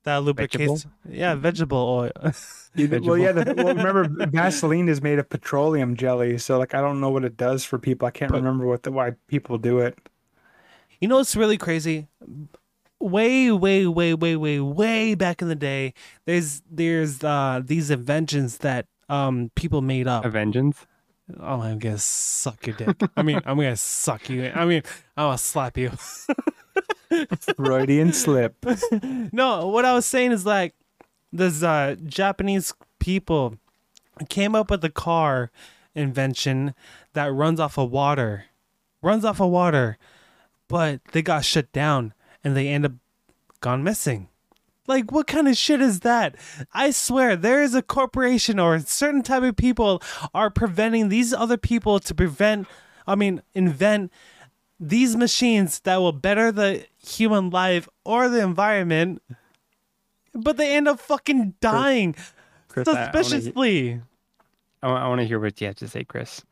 That lubricates. Yeah, vegetable oil. You- Well, yeah. The, well, remember, Vaseline is made of petroleum jelly, so like I don't know what it does for people. I can't remember what the, why people do it. you know what's really crazy? Way, way, way, way, way, way back in the day, there's there's uh these inventions that um people made up. A vengeance. Oh, I'm gonna suck your dick. I mean, I'm gonna suck you. I mean, I'm gonna slap you. Freudian slip. no, what I was saying is like this uh Japanese people came up with a car invention that runs off of water. Runs off of water, but they got shut down and they end up gone missing. Like what kind of shit is that? I swear there is a corporation or a certain type of people are preventing these other people to prevent I mean invent these machines that will better the human life or the environment, but they end up fucking dying Chris, I- I wanna he- suspiciously. I, want to hear what you have to say, Chris.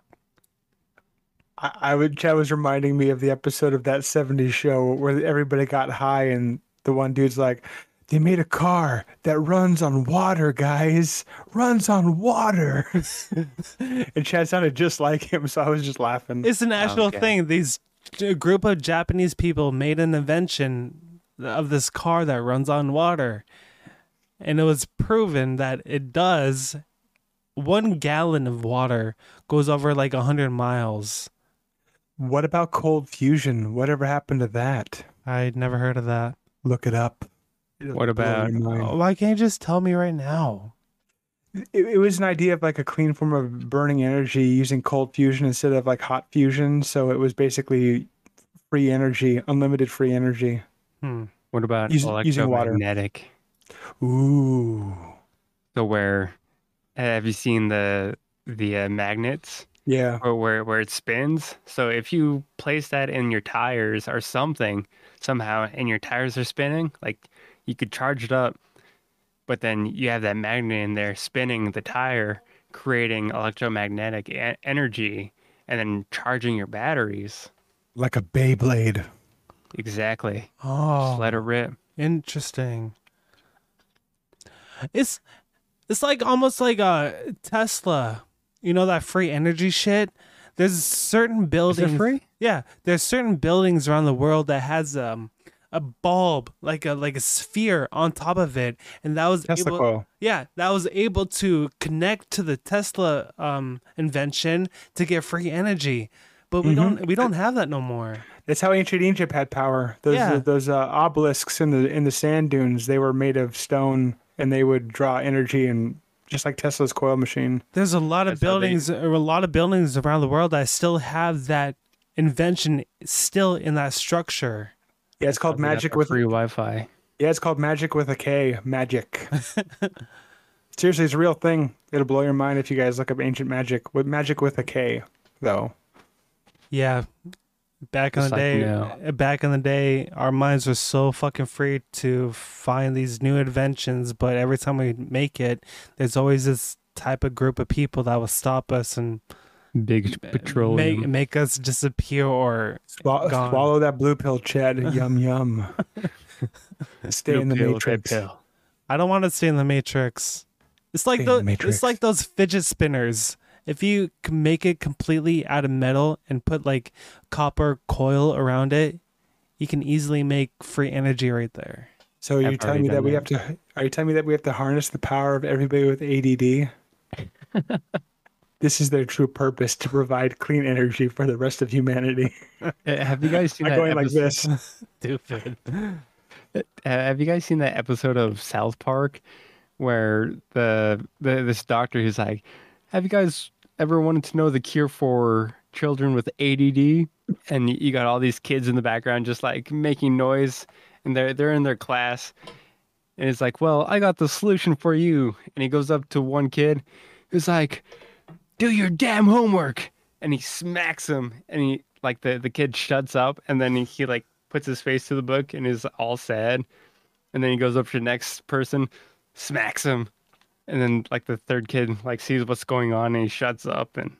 I, I would. Chad was reminding me of the episode of that '70s show where everybody got high and the one dude's like, "They made a car that runs on water, guys. Runs on water." and Chad sounded just like him, so I was just laughing. It's an actual Okay. thing. These a group of Japanese people made an invention of this car that runs on water, and it was proven that it does. One gallon of water goes over like a hundred miles. What about cold fusion? Whatever happened to that? I never heard of that. Look it up. It'll What blow about- oh. your mind. Why can't you just tell me right now? It, it was an idea of like a clean form of burning energy using cold fusion instead of like hot fusion. So it was basically free energy, unlimited free energy. What about Using- using water. electromagnetic? Ooh. So where have you seen the the uh, magnets Yeah. or where where it spins? So if you place that in your tires or something somehow, and your tires are spinning, like you could charge it up, but then you have that magnet in there spinning the tire, creating electromagnetic e- energy, and then charging your batteries. Like a Beyblade. Exactly. Oh, Just let it rip. Interesting. It's it's like almost like a Tesla. You know that free energy shit. There's certain buildings. free? Yeah, there's certain buildings around the world that has um a bulb like a like a sphere on top of it, and that was Tesla able- coil. yeah, that was able to connect to the Tesla um invention to get free energy. But we don't we don't have that no more. That's how ancient Egypt had power. Those Yeah. those uh, obelisks in the in the sand dunes, they were made of stone and they would draw energy and just like Tesla's coil machine. There's a lot of That's how they- buildings, or a lot of buildings around the world that still have that invention still in that structure. Yeah, it's called They got magic our with free Wi-Fi. Yeah, it's called Magic with a K. Magic. Seriously, it's a real thing. It'll blow your mind if you guys look up ancient magic with magic with a K, though. Yeah. Back in Just the like day, uh, now. back in the day, our minds were so fucking free to find these new inventions, but every time we make it, there's always this type of group of people that will stop us and Big make petroleum. make us disappear or Swa- Gone. swallow that blue pill, Chad. Yum yum. Stay in the matrix. I don't want to stay in the matrix. It's like Stay in the, the matrix. it's like those fidget spinners. If you c- make it completely out of metal and put like copper coil around it, you can easily make free energy right there. So you I've telling me already that we have done to? Are you telling me that we have to harness the power of everybody with ADD? this is their true purpose to provide clean energy for the rest of humanity. Uh, Have you guys seen Not that? going like episode, this. Stupid. uh, Have you guys seen that episode of South Park where the, the this doctor he's like, "Have you guys ever wanted to know the cure for children with ADD?" And you- you got all these kids in the background just like making noise, and they're they're in their class, and it's like, "Well, I got the solution for you." And he goes up to one kid, who's like, "Do your damn homework!" And he smacks him, and he like the the kid shuts up, and then he, he like puts his face to the book and is all sad, and then he goes up to the next person, smacks him, and then like the third kid like sees what's going on and he shuts up and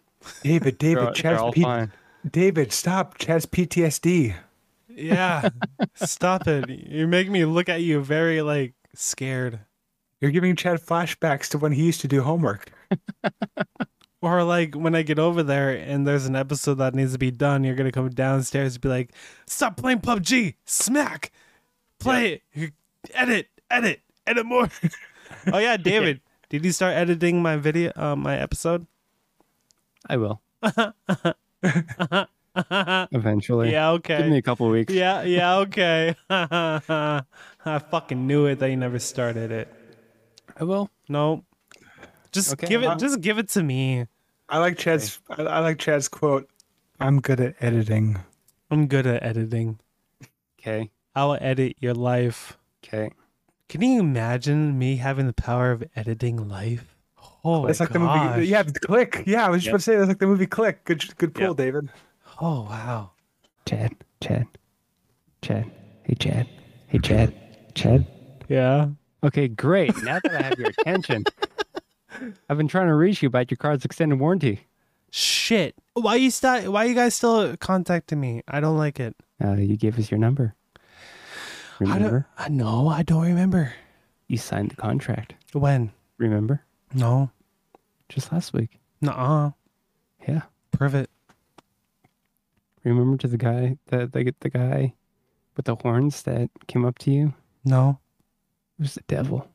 David, they're, David, all- they're Chad's all P- fine. David, stop. Chad's PTSD. Yeah. Stop it. You make me look at you very like scared. You're giving Chad flashbacks to when he used to do homework. Or like when I get over there and there's an episode that needs to be done, you're gonna come downstairs and be like, "Stop playing PUBG, smack, play it, edit, edit, edit more." oh yeah, David, did you start editing my video, uh, my episode? I will eventually. Yeah, Give me okay. a couple weeks. Yeah, yeah, okay. I fucking knew it that you never started it. I will. No, just Okay. give it, just give it to me. I like Chad's. I, I like Chad's quote. I'm good at editing. Oh I'm good at editing. Okay. I'll edit your life. Okay. Can you imagine me having the power of editing life? Oh, That's like the gosh. movie. Yeah, Click. Yeah, I was just about to say that's like the movie Click. Good, good pull, David. Oh, wow. Chad. Chad. Chad. Hey Chad. Hey Chad. Chad. Yeah. Okay, great. Now that I have your attention, I've been trying to reach you about your car's extended warranty. Shit. Why you sti- Why you guys still contacting me? I don't like it. Uh, you gave us your number. I don't. Remember? I no. I don't remember You signed the contract. when. Remember? No. Just last week. Nuh-uh. Yeah. Prove it. Remember to the guy the the, the guy with the horns that came up to you? No. It was the devil.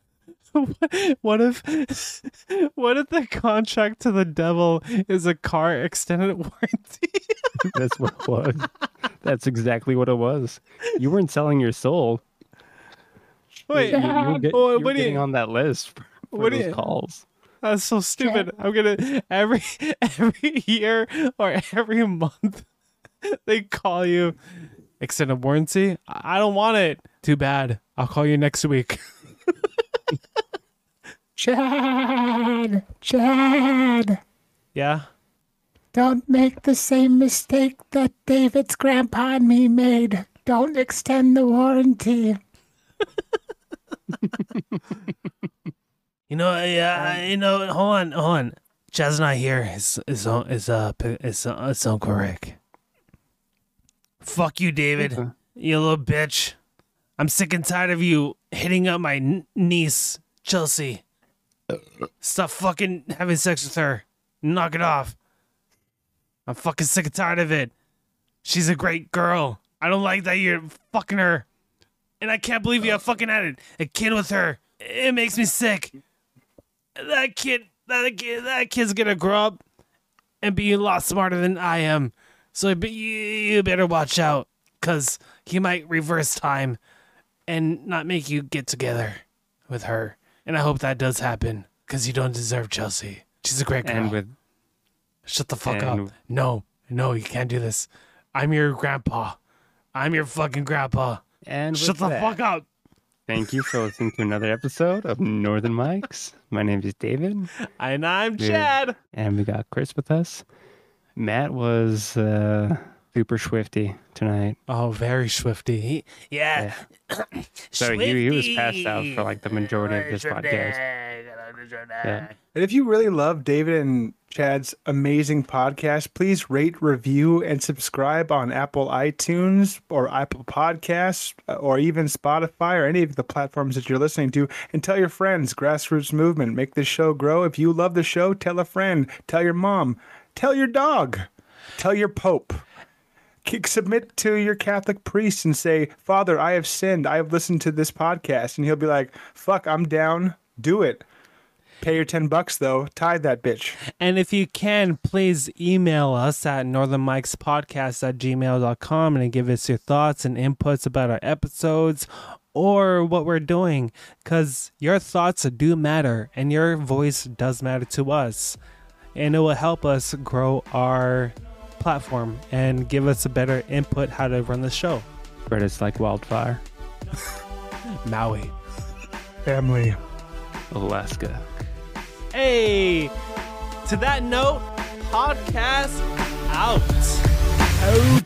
what if? What if the contract to the devil is a car extended warranty? That's what it was. That's exactly what it was. You weren't selling your soul. Wait. You, you were, get- Oh, you were what do you- getting on that list for, for what do those you- calls. That's so stupid. I'm gonna every every year or every month they call you extended warranty. I I don't want it. Too bad. I'll call you next week. Chad, Chad, Yeah. don't make the same mistake that David's grandpa and me made. Don't extend the warranty. You know. Yeah. You know. Hold on. Hold on. Chad's not here. It's it's it's uh it's uh, it's Uncle Rick. Fuck you, David. Okay. You little bitch. I'm sick and tired of you hitting up my n- niece, Chelsea. Stop fucking having sex with her. Knock it off. I'm fucking sick and tired of it. She's a great girl. I don't like that you're fucking her. And I can't believe you're fucking at it. A kid with her. It makes me sick. That kid, that kid, that kid's gonna grow up and be a lot smarter than I am. So but you, you better watch out, cause he might reverse time, and not make you get together with her. And I hope that does happen, cause you don't deserve Chelsea. She's a great girl. And with Shut the fuck and- up. No, no, you can't do this. I'm your grandpa. I'm your fucking grandpa. And with Shut the that, fuck up. Thank you for listening to another episode of Northern Mics. My name is David, And I'm Dude. Chad. and we got Chris with us. Matt was uh, super swifty tonight. Oh, very swifty. He- yeah. So he, he was passed out for like the majority of this podcast. Yeah. And if you really love David and Chad's amazing podcast, please rate, review, and subscribe on Apple iTunes or Apple Podcasts uh, or even Spotify or any of the platforms that you're listening to. And tell your friends, grassroots movement, make this show grow. If you love the show, tell a friend, tell your mom, tell your dog, tell your Pope. K- Submit to your Catholic priest and say, Father, I have sinned. I have listened to this podcast. And he'll be like, Fuck, I'm down. Do it. Pay your 10 bucks though. Tie that bitch. And if you can, please email us at northernmikespodcast at gmail.com and give us your thoughts and inputs about our episodes or what we're doing because your thoughts do matter and your voice does matter to us. And it will help us grow our platform and give us a better input how to run the show. Spread us like wildfire. Maui. Family. Alaska. Hey, to that note, podcast out.